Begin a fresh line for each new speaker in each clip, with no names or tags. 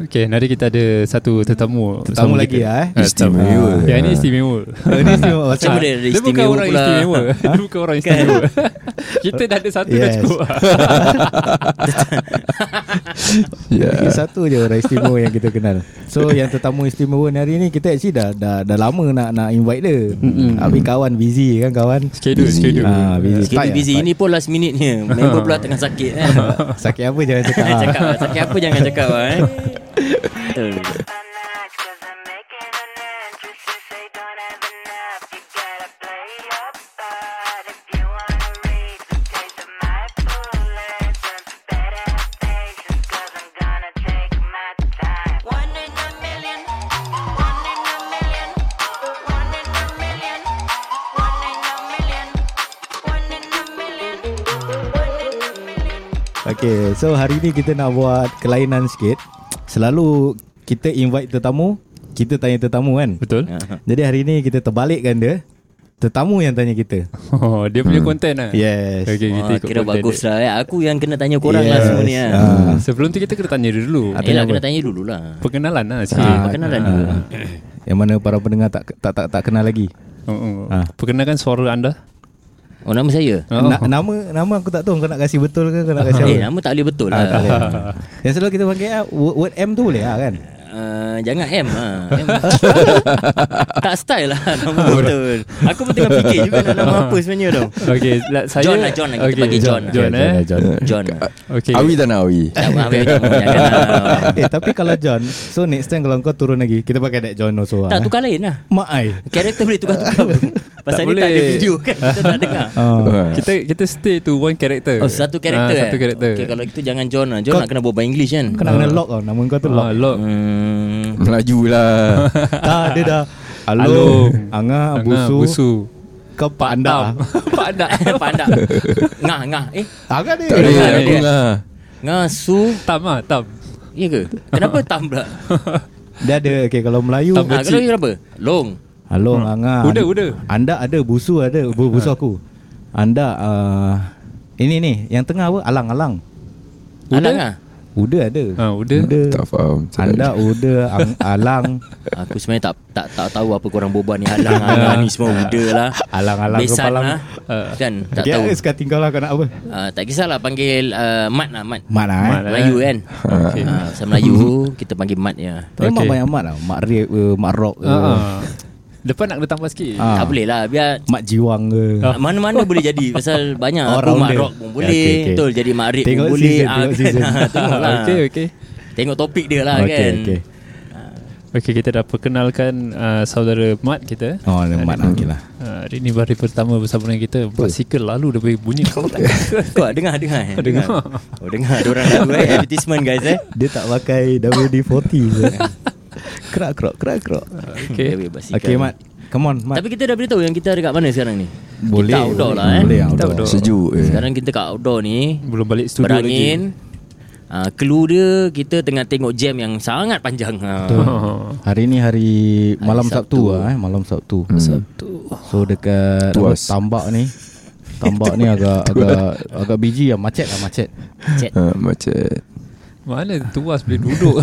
Okey, hari kita ada satu tetamu
Tetamu
bersama kita.
lagi lah eh
Ah, Istimewa.
Ah, Yang ini istimewa.
Ini istimewa
Macam
macam
mana?
mana
dia ada
Dia bukan
istimewa
orang
pula?
istimewa. Dia bukan orang istimewa. Kita dah ada satu dah
Yes.
cukup. Ya.
yeah. Satu je orang istimewa yang kita kenal So yang tetamu istimewa ni hari ni Kita actually dah, dah, dah lama nak nak invite dia
Mm-mm.
Habis kawan busy kan kawan
Schedule,
Busy.
schedule.
Ah, busy.
Sikit
Tight lah,
busy
tight.
Ini pun last minute ni Member pula tengah sakit eh.
Sakit apa jangan cakap,
Jangan
ah.
cakap lah Sakit apa jangan cakap lah eh. Betul.
Cause I'm making an entrance If they don't have enough You gotta play your part If you wanna reach the taste of my bullets Then better have patience Cause I'm gonna take my time One in a million One in a million One in a million One in a million One in a million One in a million
Okay so hari ni kita nak buat kelainan sikit Selalu kita invite tetamu Kita tanya tetamu kan
Betul?
Ya.
Jadi hari ni kita terbalikkan dia Tetamu yang tanya kita
Oh, dia punya konten lah.
Hmm. Yes
Okey, kita
Wah,
ikut
Kira
konten
bagus
dia.
lah eh. Aku yang kena tanya korang lah semua ni
Yes.
lah.
Ah.
Sebelum tu kita kena tanya dia dulu.
Eh nak kena tanya dulu lah
Perkenalan
Ah.
lah sikit.
Eh, Perkenalan dulu lah
Yang mana para pendengar tak tak tak, tak kenal lagi
Oh, oh.
Ah.
Perkenalkan suara anda.
Oh nama saya?
Oh.
Na- nama nama aku tak tahu kau nak kasi betul ke kau nak kasi
Eh
apa.
nama tak boleh betul
Ah, tak boleh.
lah
Yang selalu kita panggil ah, word, word M tu boleh lah kan?
Uh, jangan M lah M. Tak style lah Nama betul Aku pun tengah fikir juga Nak nama apa sebenarnya tau
Okey, la- saya
John lah, John lah. Kita
Okey,
panggil John lah.
John, eh.
John.
John lah
Okey.
Awi tak nak awi
Tak apa ambil John Jangan lah
eh tapi kalau John, so next time kalau kau turun lagi kita pakai that John also.
Tak
ah.
tukar lain lah
Mak ai.
Karakter boleh tukar-tukar bro. Pasal
Tak
ni tak ada
boleh.
video kan Kita tak dengar
Ah.
Kita kita stay to one character.
Oh satu karakter
Ah,
eh?
Satu karakter.
okay, Kalau itu jangan John lah John nak kena berbual English kan
Kau nak kena lock tau Nama kau tu
Ah,
lock
lock.
Hmm,
Melaju lah
Tak dia dah
Alung.
Alung Anga
Angah,
Ah, Busu,
Ah, busu.
Kau Pak Anda ah.
Pak Dak Pak Dak Ngah ngah Eh
Agak dia
Tak boleh
Tak
aku
boleh.
lah
Ngah su
Tam lah, tam.
Ya ke? Kenapa tam pula?
Dia ada Okay kalau Melayu
Tak
Ha, kalau you apa? Long
Alung Anga
Uda, uda.
Anda ada Busu ada Bu- Busu aku Anda ah, Ini ni Yang tengah apa Alang Alang
Uda?
Alang ah?
Uda ada
Ah, uda.
Uda
Tak faham
Anda Uda ang, Alang
Aku sebenarnya tak tak tak tahu apa korang berbual ni halang halang ni semua uda lah.
Alang-alang
Besan
kepala.
lah.
Ah.
Kan tak
Dia
tahu.
ada sekarang tinggal lah Kau nak apa
Ah, tak kisahlah panggil uh, mat lah mat.
Mat lah eh
Mat.
Melayu kan.
Okey.
Ah, Bahasa Melayu kita panggil mat ya.
Memang
Okey.
banyak mat lah Mak rap ke Mak rock ke
Ah. Depan nak kena tambah sikit.
Ah.
Tak boleh lah biar
Mak jiwang ke
Ah.
Mana-mana boleh jadi Pasal banyak
All
Aku mak
rounder.
rock pun
Okay,
boleh
okay, okay.
Betul jadi mak rip
Ya,
pun
Tengok
boleh
season,
Ah,
tengok
kan?
season.
Ah, Tengok lah
Okey, okey.
Tengok topik dia lah
Okey,
kan
okey.
Okey, kita dah perkenalkan ah, saudara Mat kita.
Oh ada mat lah okay lah
Ah, hari ni hari pertama bersama dengan kita. Basikal lalu dia bagi bunyi.
Kau dengar dengar eh?
Dengar.
Oh dengar Diorang lagu eh Advertisement guys eh
Dia tak pakai WD-40 je Kerak kerak kerak kerak
Okey.
Dia berbasikal.
Okay mat Come on mat
Tapi kita dah beritahu Yang kita ada kat mana sekarang ni
Boleh
Kita outdoor
boleh.
lah eh
Boleh
Kita
outdoor
outdoor.
Sejuk eh
Sekarang kita kat outdoor ni
Belum balik studio
Berangin Ah, Clue dia Kita tengah tengok jam yang sangat panjang Ah.
lagi. Oh.
Hari ni hari Malam Sabtu, lah eh Malam Sabtu Sabtu So dekat apa,
Tuas.
Tambak ni Tambak ni agak agak agak biji lah macet lah macet.
Chat
Ha, Macam
Mana tuas boleh duduk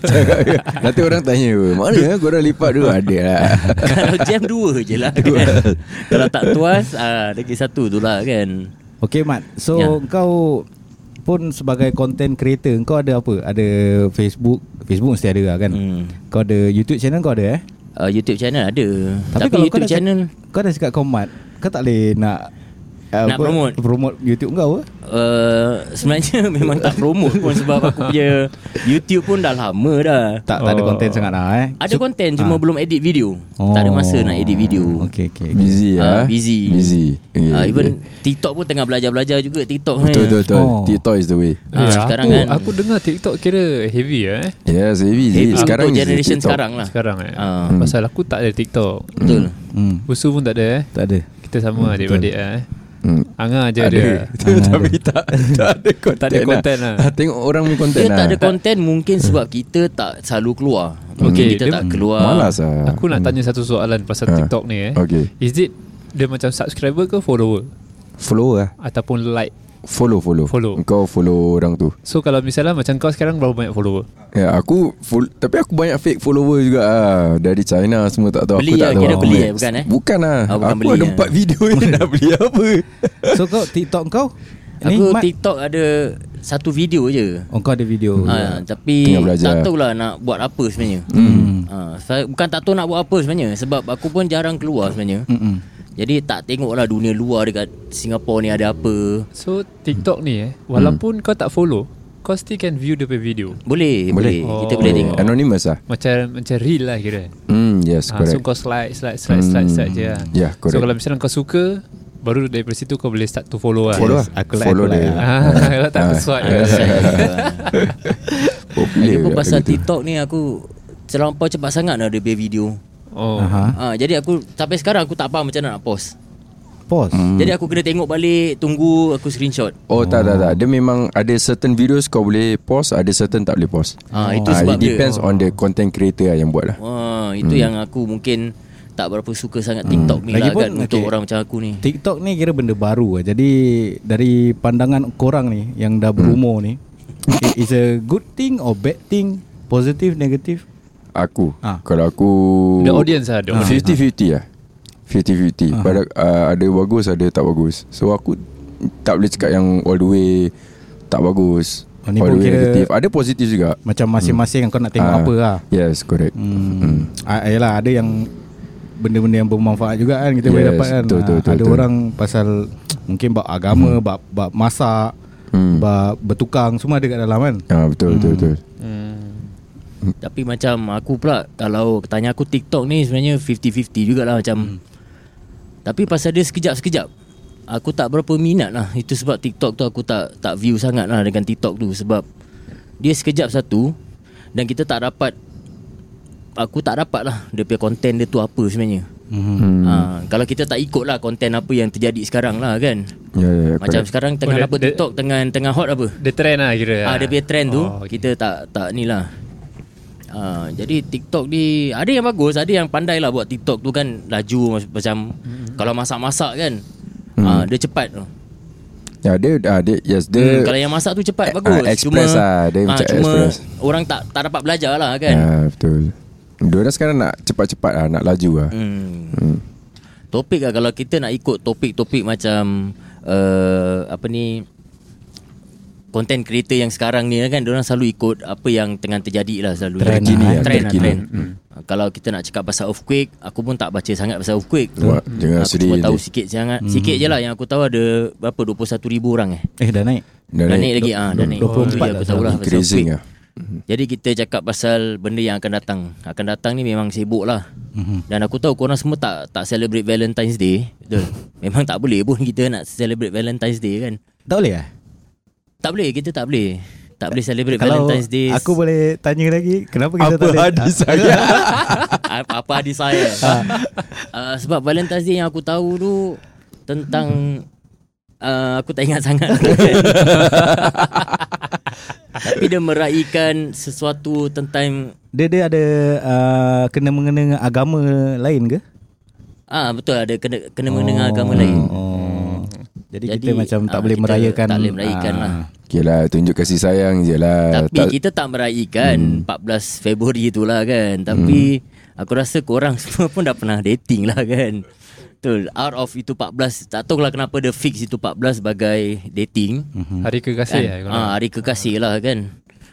Nanti orang tanya Mana eh, korang lipat dulu Ada lah
Kalau jam dua je lah kan? Kalau tak tuas ah, Lagi satu tu lah kan
Okay Mat, so
Ya.
yeah. kau pun sebagai content creator kau ada apa? Ada Facebook, Facebook mesti ada lah kan.
Hmm.
Kau ada YouTube channel kau ada eh?
uh, YouTube channel ada Tapi,
kalau dah
YouTube channel
cakap, kau dah cakap kau Mat, kau tak boleh nak uh,
Nak
apa,
promote.
promote YouTube kau eh? ke?
uh, Sebenarnya memang tak promote pun Sebab aku punya YouTube pun dah lama dah
Tak tak ada
Oh.
content sangat lah eh.
Ada konten cuma belum edit video Tak ada masa nak edit video
Oh, Okay, okay. okay.
Busy
Ah,
lah
Busy
Busy Okay,
Ah,
okay.
Even TikTok pun tengah belajar-belajar juga TikTok
Betul
eh.
betul betul
Oh.
TikTok is the way
Ah, sekarang
aku,
kan
aku dengar TikTok kira heavy eh
Yes heavy,
Heavy
heavy. Sekarang
untuk
is
generation
TikTok.
sekarang lah
Sekarang eh
Ah.
Pasal aku tak ada TikTok
Betul
Hmm,
Busu pun tak ada eh
tak ada.
Kita sama adik-adik eh
Hmm.
Angah je ada,
Ada Tapi tak Tak ada konten
Tak ada konten lah.
Ah, Tengok orang punya konten
Dia
lah
tak ada konten mungkin sebab kita tak selalu keluar Mungkin
Okay,
kita
dia-
tak keluar
Malas lah
Aku nak tanya satu soalan pasal
Ah.
TikTok ni eh
Okay.
Is it dia macam subscriber ke follower
Follow lah
Ataupun like
Follow follow
Follow.
Kau follow orang tu
So kalau misalnya macam kau sekarang berapa banyak follower?
Ya aku full, Tapi aku banyak fake follower juga ah. Dari China semua tak tahu Aku tak
Beli eh,
tahu
kira
aku
beli
main.
eh, bukan eh?
Bukan lah
Ah, bukan
Aku
beli
ada
eh.
empat video je Nak beli apa
So kau TikTok kau? Ni,
Aku
Mat?
TikTok ada Satu video je
Oh kau ada video
ha, Tapi
Tengah belajar.
Tak tahulah nak buat apa sebenarnya
Hmm.
ha, saya, Bukan tak tahu nak buat apa sebenarnya Sebab aku pun jarang keluar sebenarnya
Mm-mm.
Jadi tak tengok lah dunia luar dekat Singapura ni ada apa
So TikTok ni eh
Hmm.
Walaupun kau tak follow Kau still can view dia punya video
Boleh Boleh,
Boleh.
Kita boleh
Oh.
tengok
Anonymous lah
Macam macam real lah kira
Hmm yes
ha,
Ah,
So
correct
kau slide slide slide slide,
Hmm.
slide je lah
Yeah, correct.
So kalau misalnya kau suka Baru daripada situ kau boleh start to follow lah
Follow lah
Yes, aku like,
Follow
aku like.
dia
Ah, Kalau tak aku swat
Popular
Lagipun
pula
pasal
gitu.
TikTok ni aku Terlampau cepat sangat dah dia punya video
Oh
Aha.
ha, Jadi aku Sampai sekarang aku tak faham macam mana nak pause
Pause
Hmm.
Jadi aku kena tengok balik Tunggu aku screenshot
Oh tak tak tak
Ah.
Dia memang ada certain videos Kau boleh pause Ada certain tak boleh pause
Ah, itu
Ah,
sebab
It depends
dia.
on the content creator lah yang buat lah
Wah, itu yang aku mungkin tak berapa suka sangat
Hmm.
TikTok ni lah
Lagipun,
kan untuk
okay.
orang macam aku ni.
TikTok ni kira benda baru lah. Jadi dari pandangan korang ni yang dah berumur ni,
Hmm.
i- is a good thing or bad thing? Positive, negative?
Aku
Ah.
Kalau aku
The audience lah The audience
50-50 lah 50-50 Pada, uh, Ada bagus Ada tak bagus So aku Tak boleh cakap yang All the way Tak bagus
Oh, ni
All
pun
the way
kira-
negatif Ada positif juga
Macam masing-masing kau nak tengok
Ah,
apa lah.
Yes correct
Hmm. Ah, Ayolah ada yang benda-benda yang bermanfaat juga kan kita boleh
Yes,
dapat kan.
betul,
Ah,
betul, betul,
ada
betul.
orang pasal mungkin bab agama, bab bab masak,
Hmm.
bab bertukang semua ada kat dalam kan.
Ah, betul, betul betul
Tapi macam aku pula kalau tanya aku TikTok ni sebenarnya 50-50 jugalah macam. Tapi pasal dia sekejap-sekejap. Aku tak berapa minat lah. Itu sebab TikTok tu aku tak tak view sangat lah dengan TikTok tu sebab dia sekejap satu dan kita tak dapat aku tak dapat lah dia punya content dia tu apa sebenarnya.
Hmm.
Hmm. Ha, kalau kita tak ikut lah content apa yang terjadi sekarang lah kan.
Ya ya ya
Macam
correct
sekarang tengah
Oh,
apa
dia-
TikTok tengah tengah hot apa?
The trend lah kira
Ah
Ya.
dia punya trend tu
Oh, okay.
kita tak tak ni lah. Ah jadi TikTok ni ada yang bagus, ada yang pandai lah buat TikTok tu kan laju mas- macam kalau masak-masak kan.
Hmm.
Ah dia cepat tu.
Ya dia, ah, dia Yes
Hmm,
dia
kalau yang masak tu cepat
Ah,
bagus.
express lah. Dia
ah,
macam
cuma
express.
orang tak tak dapat belajar lah kan.
Ya betul Diorang sekarang nak Cepat-cepat lah Nak laju lah
Hmm. Topik lah kalau kita nak ikut topik-topik macam uh, apa ni content creator yang sekarang ni kan orang selalu ikut apa yang tengah terjadi lah selalu
Trend
terkini
lah, eh.
trend,
Terkini.
trend. Uh, kalau kita nak cakap pasal earthquake aku pun tak baca sangat pasal earthquake
Wah, jangan
Hmm. aku
sedih
cuma
ni.
tahu sikit sangat sikit je lah yang aku tahu ada berapa 21,000 orang eh
Eh dah naik.
Dah
dah
naik.
naik lagi ah dah naik
24
Jadi aku
dah
tahu lah pasal
Increasing
earthquake.
lah
Mhm. Jadi kita cakap pasal benda yang akan datang. Akan datang ni memang sibuk lah.
Mhm.
Mm-hmm. Dan aku tahu korang semua tak tak celebrate Valentine's Day. Betul. memang tak boleh pun kita nak celebrate Valentine's Day kan.
Tak boleh eh?
Tak boleh, kita tak boleh. Tak boleh celebrate
Kalau
Valentine's Day.
aku boleh tanya lagi kenapa kita
Apa
tak boleh?
hadis saya
apa, apa hadis saya.
Ha.
uh, sebab Valentine's Day yang aku tahu tu tentang uh, aku tak ingat sangat. Tapi dia meraihkan sesuatu tentang
Dia dia ada uh, kena mengena dengan agama lain ke?
Ah betul ada kena kena mengenai agama lain. Hmm.
Oh. Jadi,
Jadi,
kita macam tak
ah,
boleh
kita
merayakan
tak boleh merayakan
ah.
lah.
Okay lah Tunjuk kasih sayang je lah
Tapi kita tak
Hmm.
meraihkan 14 Februari itulah kan. Tapi aku rasa korang semua pun dah pernah dating lah kan. Betul. Out of itu 14 tak tahu lah kenapa dia fix itu 14 sebagai dating.
Hmm.
Hari kekasih
Eh.
Kan?
lah kalau
Ah, hari kekasih lah kan.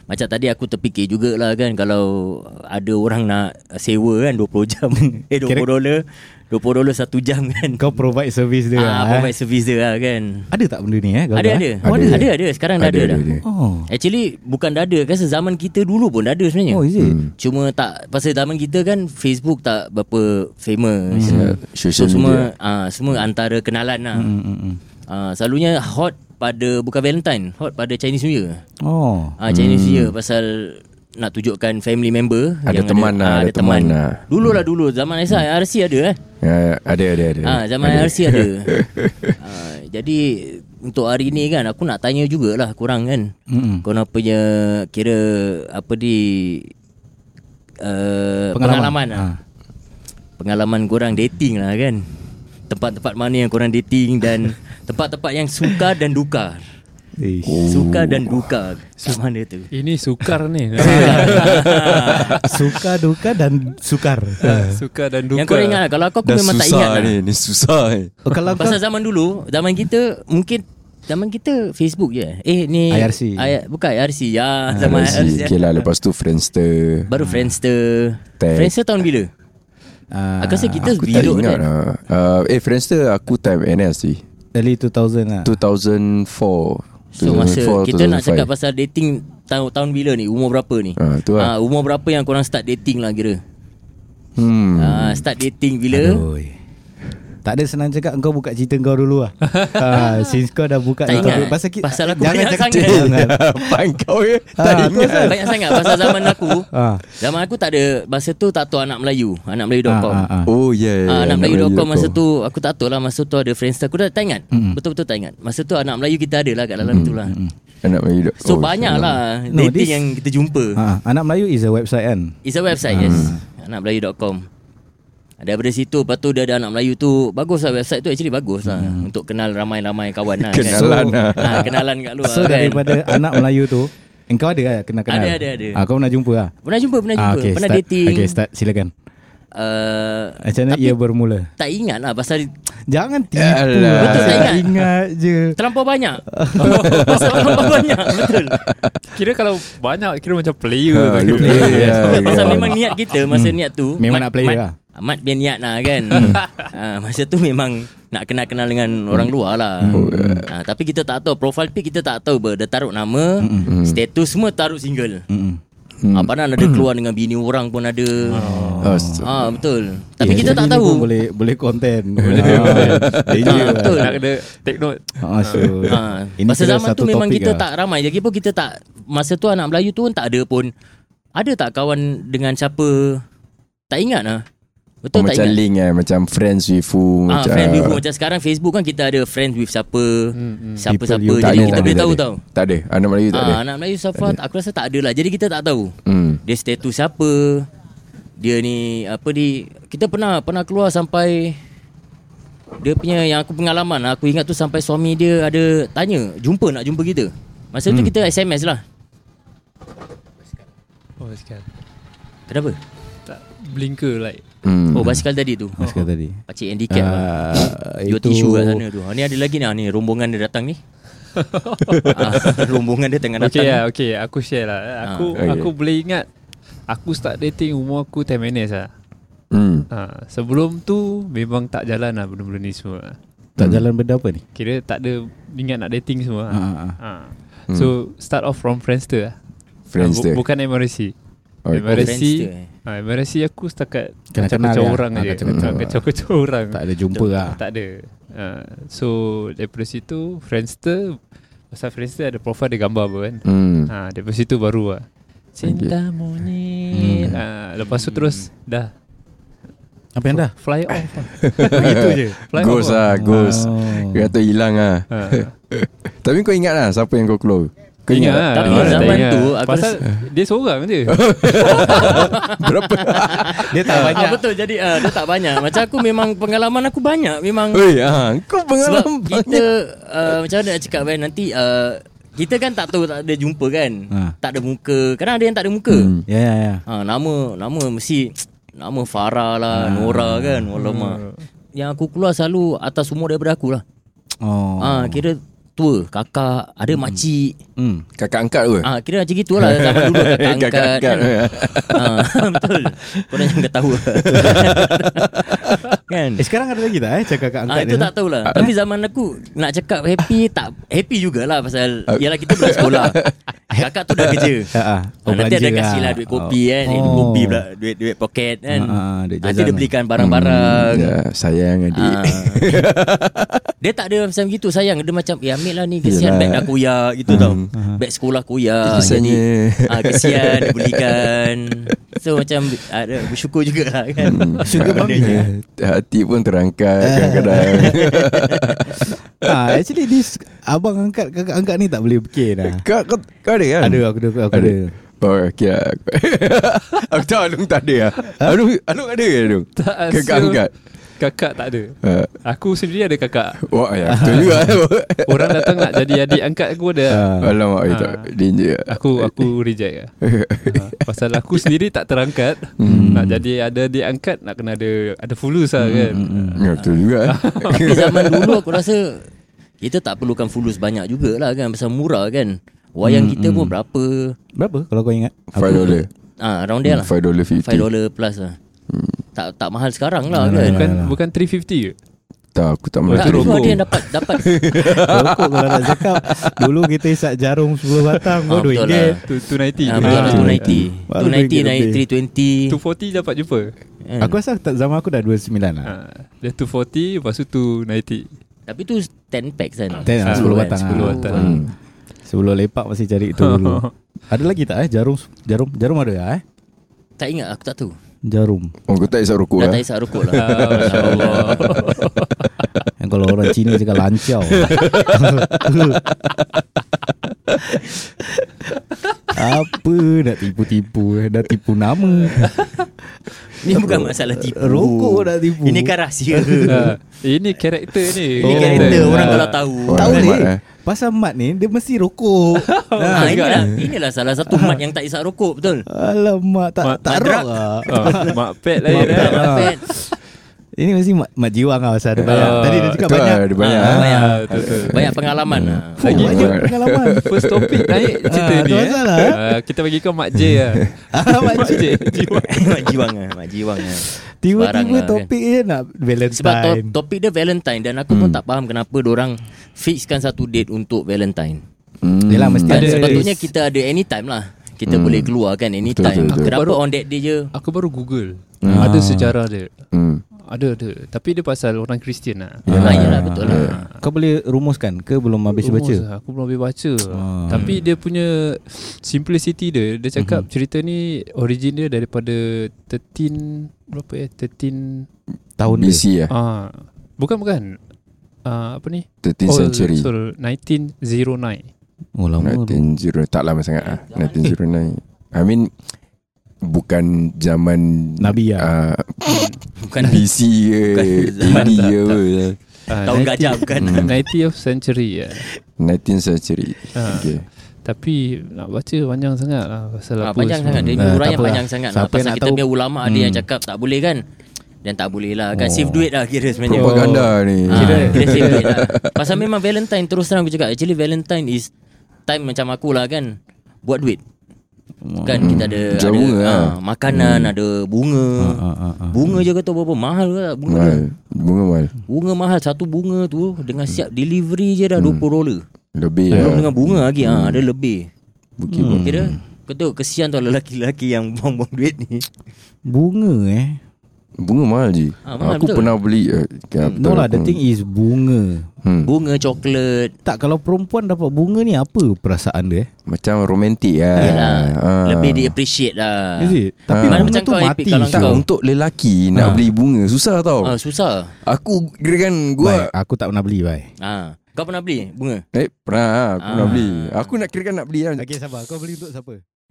Macam tadi aku terfikir jugalah kan kalau ada orang nak sewa kan 20 jam. eh 20
Kira-
dolar. 20 dolar satu jam kan.
Kau provide service dia. lah,
ah, provide
eh.
service dia lah kan.
Ada tak benda ni eh? Gagal,
Ada
eh?
ada.
Oh,
Ada
ada.
ada ada sekarang dah kan ada, dah.
Oh.
Actually bukan dah ada Kan zaman kita dulu pun dah ada sebenarnya
Oh, is it? Hmm.
Cuma tak Pasal zaman kita kan Facebook tak berapa famous
Yeah,
So
social
semua uh, Semua antara kenalan lah uh, Selalunya hot pada Bukan Valentine Hot pada Chinese New Year
Oh.
uh, Chinese New Year pasal Nak tunjukkan family member
Ada
yang
teman lah,
ah,
ada teman lah.
Dulu lah dulu Zaman Aisyah RC ada eh
Ya, ada ada ada.
Ah zaman ada. RC ada. ah, jadi untuk hari ni kan aku nak tanya jugalah korang kan.
Mm-mm.
Korang punya kira apa di uh,
Pengalaman.
pengalaman, pengalaman lah.
Ah.
Pengalaman korang dating lah kan. Tempat-tempat mana yang korang dating dan tempat-tempat yang suka dan duka.
Eh.
Oh.
Suka dan duka Kat mana tu
Ini sukar ni
Suka duka dan sukar.
Suka dan duka
Yang kau ingat lah, Kalau aku, aku
Dah
memang tak
susah
ingat lah.
ni Ni susah ni
Oh, kalau kau
Pasal zaman dulu Zaman kita Mungkin Zaman kita Facebook je Eh ni
IRC.
I, Bukan IRC Ya zaman IRC,
Rasi. Okay lah Lepas tu Friendster
Baru Friendster
Tag.
Friendster tahun bila?
ah,
aku rasa kita
Aku tak
video
ingat
kan
lah uh, Eh Friendster aku time NS sih
early 2000 lah.
2004
So masa
2004,
Kita nak
2005.
cakap pasal dating Tahun, tahun bila ni Umur berapa ni
Ah, tu lah.
Ah, Umur berapa yang korang start dating lah kira
Hmm
Ah, Start dating bila
Aduh. Tak ada senang cakap Kau buka cerita kau dulu lah ha, Since kau dah buka cerita
Tak ingat.
kau- Pasal, ki-
Pasal aku
jangan
banyak
cakap
sangat.
Jangan.
Abang kau ya Tak
Ah, tu
ingat
pasal.
Banyak sangat Pasal zaman aku
Ah.
Zaman aku tak ada Masa tu tak tahu anak Melayu Anak Melayu.com
Ah, ah, ah.
Oh yeah, yeah
Ah, anak Melayu
Melayu
dot com masa
dot com.
tu aku tak tahu lah masa tu ada Friendster aku dah tak ingat. Mm. Betul-betul tak ingat. Masa tu anak Melayu kita ada lah kat dalam mm. tu lah.
Anak Melayu dot-
So
oh,
oh, banyak lah
No,
dating
this-
yang kita jumpa. Ha.
Ah, Anak Melayu is a website kan
It's a website yes. Anakmelayu.com. Daripada situ lepas tu dia ada anak Melayu tu bagus lah website tu actually bagus lah mm. untuk kenal ramai-ramai kawan lah.
Kenalan lah.
kan. ah, kenalan kat luar.
So
kan.
daripada anak Melayu tu Engkau ada lah kena kenal
Ada, ada, ada.
ah, Kau pernah jumpa lah
pernah jumpa pernah
Ah,
jumpa
okay,
pernah
start.
dating.
Okay start silakan
Uh,
Macam mana
Tapi-
ia bermula
tak ingat lah pasal
Jangan tipu
Alah.
lah.
Betul, tak
Saya
ingat.
ingat je
terlampau banyak. pasal terlampau banyak betul.
Kira kalau banyak Kira macam player
Ha,
Ah,
tu.
you play,
ya.
yeah,
Pasal
yeah.
memang niat kita Masa niat
Eh, ya.
tu
Hmm. Memang nak player
mat,
lah. Hmm.
Mat punya niat lah kan Ah, Masa tu memang Nak kenal-kenal dengan orang luar lah
Hmm. Oh, ya.
Ah, Tapi kita tak tahu Profile pic kita tak tahu ber. Dia taruh nama
Hmm.
Status semua taruh single
Mm-mm.
Hmm.
Ah, Padahal
Hmm.
ada keluar dengan bini orang pun ada
Ah, so-
Ah Betul Tapi
Eh,
kita tak
Oh. jadi ni pun
tahu
Boleh boleh konten Boleh
Ah, Betul
Nak kena take note
Ah, so,
Ha,
ini
masa
kira
zaman
satu
tu memang
topik
kita
lah.
tak ramai Lagi pun kita tak Masa tu anak Melayu tu pun tak ada pun Ada tak kawan dengan siapa Tak ingat lah
Oh,
Betul tak
macam
ingat
link eh Macam friends with who
Ah,
macam,
friend with who. Macam sekarang Facebook kan kita ada friends with siapa,
Hmm,
siapa-siapa.
People you-
Tak
Jadi
ada,
kita
tak
boleh
ada,
tahu
tak ada.
tau.
Tak ada Anak Melayu tak ada
Ah, anak Melayu Safa aku rasa tak ada lah. Jadi kita tak tahu.
Hmm
Dia status siapa. Dia ni apa di kita pernah pernah keluar sampai dia punya yang aku pengalaman lah. aku ingat tu sampai suami dia ada tanya jumpa nak jumpa kita. Masa
Hmm.
tu kita SMS lah.
Oh sekarang
Kenapa?
Tak blinker like
Hmm. Ah,
Oh basikal tadi tu.
Mas kata tadi. Ah,
Pakcik handicap uh, lah. Jual tisu kat sana tu. Ha, ni ada lagi ni. Ha, ni rombongan dia datang ni. Ah, rombongan dia tengah datang. Ah,
Okay
ya.
lah okay Aku share lah Aku
okay.
aku boleh ingat Aku start dating umur aku 10 minutes lah
Hmm
ha, Sebelum tu Memang tak jalan lah benda-benda ni semua
Tak jalan benda apa ni?
Kira tak ada Ingat nak dating semua
Ha, ha,
ha. So start off from Friendster lah
Friendster
Bu- Bukan MRC
Oh,
MRC
Friendster, eh.
ha, MRC aku setakat
Kena kenal
Kacau-kacau
lah.
orang
Ah,
je
kacau-kacau.
Ah, Kacau-kacau orang
Tak ada jumpa lah.
Tak ada uh, So daripada situ Friendster Pasal Friendster ada profile ada gambar apa kan
Hmm
ha, Daripada situ baru lah Cintamu ni
Hmm.
ha, Lepas tu terus Dah
Apa yang dah?
Fly off lah.
Itu je.
Fly
Ghost
off
lah Ghost Kata hilang lah
Ha.
Tapi kau ingat lah Siapa yang kau keluar Kau
Ingat
ingat
lah
tak?
Tapi
Orang
zaman
tak ingat.
tu, aku
Pasal dia seorang je
Berapa
Dia tak
Ah, betul jadi ah, dia tak banyak. Macam aku memang pengalaman aku banyak memang
Oi, ah, Kau
sebab
pengalaman
kita ah, macam mana nak cakap kan nanti ah, kita kan tak tahu tak ada jumpa kan.
Ha.
Tak ada muka. Kadang ada yang tak ada muka.
Ya ya ya.
Ah, nama nama mesti nama Farah lah,
Ah.
Nora kan. Alamak.
Hmm.
Yang aku keluar selalu atas umur daripada aku lah.
Oh.
Ah, kira tua, kakak, ada makcik.
Hmm.
Kakak angkat ke?
Ah, kira macam gitulah zaman dulu kakak angkat.
Kakak angkat.
kan. Ah, betul. Kau dah jangan tahu. kan?
Eh sekarang ada lagi tak eh cakap kakak angkat
Ah, itu
ni?
tak tahulah Tapi zaman aku Nak cakap happy Tak happy jugalah Pasal Yalah kita budak sekolah Kakak tu dah kerja
Ah, ah.
Ah,
Oh, belanja
Nanti ada kasih
lah.
lah Duit kopi kan eh, Duit
Oh.
kopi pula Duit, duit pocket kan
Ah, ah, ah, duit
Nanti
jajan
dia
lah. Hmm,
belikan barang-barang
Ya, sayang adik.
Ah. dia tak ada macam gitu sayang Dia macam Eh ambil lah ni
Yelah. Hmm.
Kesian beg dah koyak Gitu tau Beg sekolah koyak
Kesiannya.
Jadi, ah, Kesian dia belikan So macam ada, Bersyukur juga lah kan
Sugar
Ah,
mummy.
ya. Hati pun terangkat kadang-kadang.
Ah, actually this abang angkat kakak angkat ni tak boleh fikir dah.
kau, kau, kau ada kan?
Ada aku ada aku ada.
Oh, okay lah. Aku tahu ah. Alung tak ada lah. Alung, Alung ada ke Alung?
Tak,
Kakak
so-
angkat.
kakak tak ada
Uh,
Aku sendiri ada kakak
wah, ya, betul juga.
Orang datang nak jadi adik angkat aku
Ha.
ada
Alamak, itu
Ah.
danger.
Aku aku reject lah ha, Pasal aku sendiri tak terangkat Nak jadi ada adik angkat Nak kena ada Ada fulus lah kan
Ya, betul juga.
Tapi zaman dulu aku rasa Kita tak perlukan fulus banyak jugalah kan Pasal murah kan Wayang
Hmm,
kita pun berapa
Berapa kalau kau ingat?
Five dollar.
Ah, Around there lah
Hmm, Five dollar
Five
fifty. Hmm.
dollar plus lah tak tak mahal sekarang lah kan
Bukan bukan 350 ke?
Tak, aku tak
Tak
makan.
dulu
rokok.
ada yang dapat dapat
Rokok kalau nak cakap Dulu kita isap jarum 10 batang
Ah,
Baru RM2
betul lah.
Tu- 290
ah, betul lah, 290
Baru
290 naik
RM3
320
240 dapat jumpa
kan.
Aku rasa tak- zaman aku dah 29 lah
ha, Dia 240 Lepas tu 290
Tapi tu 10 packs kan ah.
10 lah, 10 batang lah.
10 batang
Hmm.
Sebelum lepak masih cari tu dulu Ada lagi tak eh jarum Jarum jarum ada lah eh
Tak ingat aku tak tahu
Jarum
Oh, kau tak isap rokok
Dah
lah.
tak isap rokok lah
Ah, Masya Allah
Yang Eh, kalau orang Cina cakap lancau Apa nak tipu-tipu eh? Dah tipu nama
Ni bukan masalah tipu
Rokok dah tipu.
Ini kan rahsia
Ha, Ini karakter ni
Ini
Oh.
karakter Orang
Ha.
kalau tahu
Oh,
Tahu
mat,
ni
eh.
Pasal mat ni Dia mesti rokok
Ah,
ha.
inilah, inilah salah satu mat yang tak isap rokok betul.
Alamak Tak,
Mat-
tak
mat
rock
drug.
lah
Ah, Mak pet lain
Mak
eh.
pet. Ah.
Pet.
Ini mesti mat, mat jiwang lah Pasal ada banyak
Ah,
Tadi dia cakap
Betul lah,
banyak
ada banyak.
Ah,
eh.
banyak.
Ah, betul, betul.
Banyak pengalaman
Hmm.
lah.
Lagi
Oh, banyak pengalaman
First topic naik cerita
Ah,
ni
tu
eh.
pasal lah, eh.
Ah, Kita bagi kau Mak J lah
Mak
Mak J jiwa.
mak jiwang ah, mak jiwang ah. Sebarang
Tiba-tiba
lah, kan.
topik je nak Valentine
Sebab to, topik dia Valentine dan aku pun tak faham kenapa orang fixkan satu date untuk Valentine.
Hmm.
Yelah mesti
Dan
ada
sepatutnya kita ada anytime lah. Kita
Hmm.
boleh keluar kan anytime.
betul, betul.
Kenapa
Baru-
on that day je?
Aku baru google Ada sejarah dia
Hmm.
Ada ada Tapi dia pasal orang Kristian lah
Yalah, yalah betul lah.
Ya.
Hmm.
Kau boleh rumuskan ke belum habis
Rumus
baca?
lah, Aku belum habis baca Tapi dia punya Simplicity dia Dia cakap cerita ni Origin dia daripada 13 Berapa ya 13
Tahun dia.
BC lah.
ah, Bukan bukan ah, Apa ni
13th
Oh,
century.
sorry, 1909
Oh lama tu.
1909 tak lama sangat ah. 1909. I mean bukan zaman
Nabi lah.
ah,
Bukan
BC ke
Bukan zaman
AD ke eh? apa.
ah,
tahun gajah bukan.
90th century ya.
19th century.
Ah.
Okay.
Tapi nak baca panjang sangat lah Pasal
Ah,
apa
panjang
semua.
sangat Dia
Ah,
nah,
tak
uraian
apalah.
panjang sangat lah
Siapa nak
Pasal kita
tahu? Hmm.
punya ulama Ada yang cakap tak boleh kan Dan tak boleh lah
Oh.
kan Save duit lah kira sebenarnya
Propaganda ni.
Ah, Kira save duit lah Pasal memang Valentine Terus terang aku cakap Actually Valentine is Time macam aku lah kan Buat duit
Hmm.
Kan kita ada,
Jawa
ada
lah.
ah, Makanan Ada bunga
ah, ah, ah.
Bunga je kata berapa Mahal ke tak bunga dia
Mal. Bunga mal.
Bunga mahal Satu bunga tu Dengan siap delivery je dah 20 roller
Lebih
Belum
lah.
dengan bunga lagi ah, Ada lebih
Bukit
hmm. Kira Kau tahu kesian tu lelaki-lelaki yang buang-buang duit ni
Bunga eh.
Bunga mahal je.
Ah, mahal
aku
betul.
pernah beli. eh, kenapa
No lah, the
aku-
thing is bunga.
Hmm.
Bunga coklat
Tak kalau perempuan dapat bunga ni apa perasaan dia? eh?
Macam romantik lah.
Yelah
Ah.
ya Lebih di appreciate lah
Is it? Tapi bunga
Mana macam
tu
kau
mati.
epic kalau
Tak,
kau
untuk lelaki nak beli bunga susah tau.
ah, Susah
Aku kira kan gua
Baik, aku tak pernah beli bye.
ah. Kau pernah beli bunga?
Eh pernah lah, Aku
Ah.
nak beli Aku nak kira kan nak beli lah
sabar. Kau beli untuk siapa?